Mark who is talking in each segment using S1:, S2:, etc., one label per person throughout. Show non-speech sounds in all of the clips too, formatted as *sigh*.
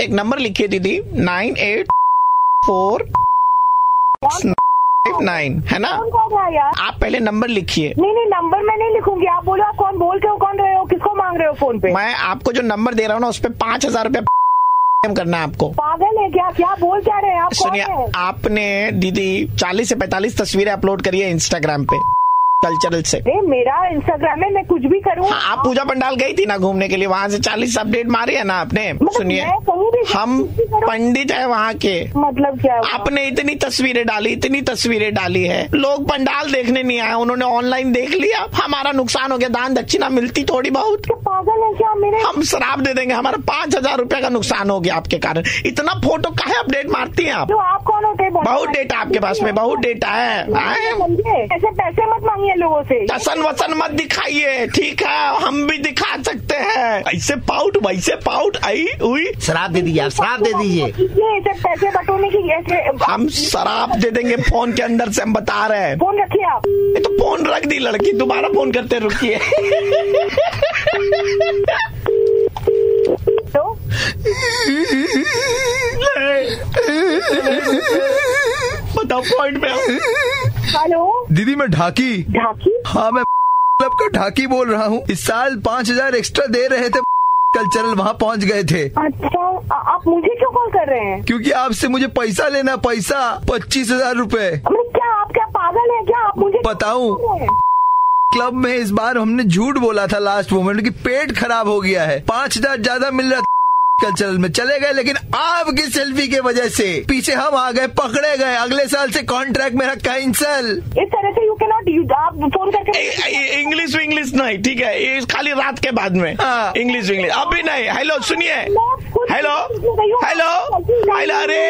S1: एक नंबर लिखिए दीदी नाइन एट फोर नाइन है ना
S2: कौन कौन रहा यार
S1: आप पहले नंबर लिखिए
S2: नहीं नहीं नंबर मैं नहीं लिखूंगी आप बोलो आप कौन बोल के हो कौन रहे हो किसको मांग रहे हो फोन पे
S1: मैं आपको जो नंबर दे रहा हूँ ना उस पर पांच हजार रूपया करना है आपको
S2: पागल है क्या क्या बोल क्या रहे हैं आप कौन
S1: सुनिए
S2: है
S1: आपने दीदी चालीस से पैंतालीस तस्वीरें अपलोड करी है इंस्टाग्राम पे कल्चरल से
S2: अरे मेरा इंस्टाग्राम है मैं कुछ भी करूँ
S1: हाँ, आप पूजा पंडाल गई थी ना घूमने के लिए वहाँ से चालीस अपडेट मारी है ना आपने सुनिए
S2: मतलब मैं कहीं भी
S1: हम
S2: कुछ भी करूं।
S1: पंडित है वहाँ के
S2: मतलब क्या हुआ?
S1: आपने इतनी तस्वीरें डाली इतनी तस्वीरें डाली है लोग पंडाल देखने नहीं आए उन्होंने ऑनलाइन देख लिया हमारा नुकसान हो गया दान दक्षिणा मिलती थोड़ी बहुत
S2: क्या पागल है क्या मेरे
S1: हम शराब दे देंगे हमारा पाँच हजार रूपया का नुकसान हो गया आपके कारण इतना फोटो काहे अपडेट मारती हैं आप
S2: जो आप कौन होते हैं?
S1: बहुत डेटा आपके पास में बहुत डेटा है आए?
S2: समझे ऐसे पैसे मत मांगिए लोगों से
S1: टसन वसन मत दिखाइए ठीक है हम भी दिखा सकते हैं ऐसे पाउट वैसे पाउट आई हुई
S3: शराब दे दीजिए आप शराब दे दीजिए
S2: ये ऐसे पैसे बटोरने की ऐसे
S1: हम शराब दे देंगे फोन के अंदर से हम बता रहे हैं
S2: फोन रखिए आप
S1: ये तो फोन रख दी लड़की दोबारा फोन करते रुकिए
S2: तो
S1: बताओ पॉइंट पे आओ।
S2: हेलो
S4: दीदी मैं ढाकी
S2: ढाकी
S4: हाँ मैं क्लब का ढाकी बोल रहा हूँ इस साल पाँच हजार एक्स्ट्रा दे रहे थे कल्चरल वहाँ पहुँच गए थे
S2: अच्छा आ- आप मुझे क्यों कॉल कर रहे हैं
S4: क्योंकि आपसे मुझे पैसा लेना पैसा पच्चीस हजार रूपए
S2: अरे क्या आप क्या पागल है क्या आप मुझे
S4: बताऊं? क्लब में इस बार हमने झूठ बोला था लास्ट मोमेंट कि पेट खराब हो गया है पाँच हजार ज्यादा मिल रहा था कल्चरल में चले गए लेकिन आपकी सेल्फी के वजह से पीछे हम आ गए पकड़े गए अगले साल से कॉन्ट्रैक्ट मेरा कैंसल
S2: इस तरह से यू के नॉट यू आप फोन करके
S1: इंग्लिश इंग्लिश नहीं ठीक है ये खाली रात के बाद में
S4: हाँ।
S1: इंग्लिश इंग्लिश अभी नहीं हेलो सुनिए
S2: मैं खुद
S1: हेलो
S2: इंग्लिश में गई हूँ।
S1: हेलो हेलो अरे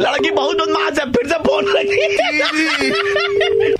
S1: लड़की बहुत बदमाश है फिर से फोन लगी
S2: hello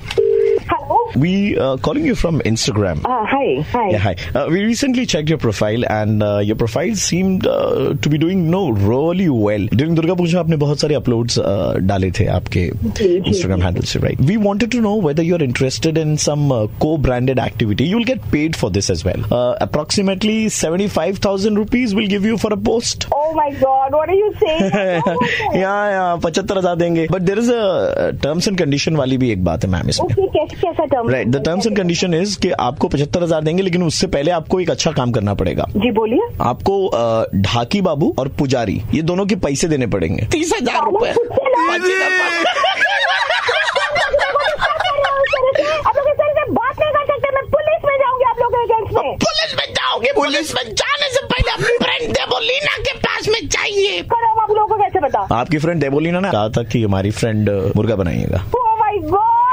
S5: We uh, calling you from Instagram.
S2: हाँ, hi hi
S5: Yeah, hi. Uh, we recently checked your profile, and uh, your profile seemed uh, to be doing no really well. During Durga Puja, आपने बहुत सारे uploads uh, डाले थे आपके Instagram handle से, right? We wanted to know whether you're interested in some uh, co-branded activity. You'll get paid for this as well. Uh, approximately seventy-five thousand rupees will give you for a post. *laughs*
S2: Oh my god what are you saying
S5: यहाँ यहाँ पचहत्तर हजार देंगे but there is a terms and condition वाली भी एक बात है मैम इसमें
S2: ओके कैसे कैसा term
S5: right the terms and condition is कि आपको पचहत्तर हजार देंगे लेकिन उससे पहले आपको एक अच्छा काम करना पड़ेगा
S2: जी बोलिए
S5: आपको अ, ढाकी बाबू और पुजारी ये दोनों के पैसे देने पड़ेंगे
S1: तीस हजार रूपए
S2: खुद से ना- आप लोग इस तरह से बात नहीं कर सकते मैं पुलिस में जाऊंगी आप लोगों के अगेंस्ट में
S1: पुलिस में जाओगे पुलिस में जाने से पहले अपनी फ्रेंड देवोलीना के पास में चाहिए
S2: पर अब आप लोगों को कैसे बता
S5: आपकी फ्रेंड डेबोलिना ने कहा था कि हमारी फ्रेंड मुर्गा बनाइएगा
S2: ओह माय गॉड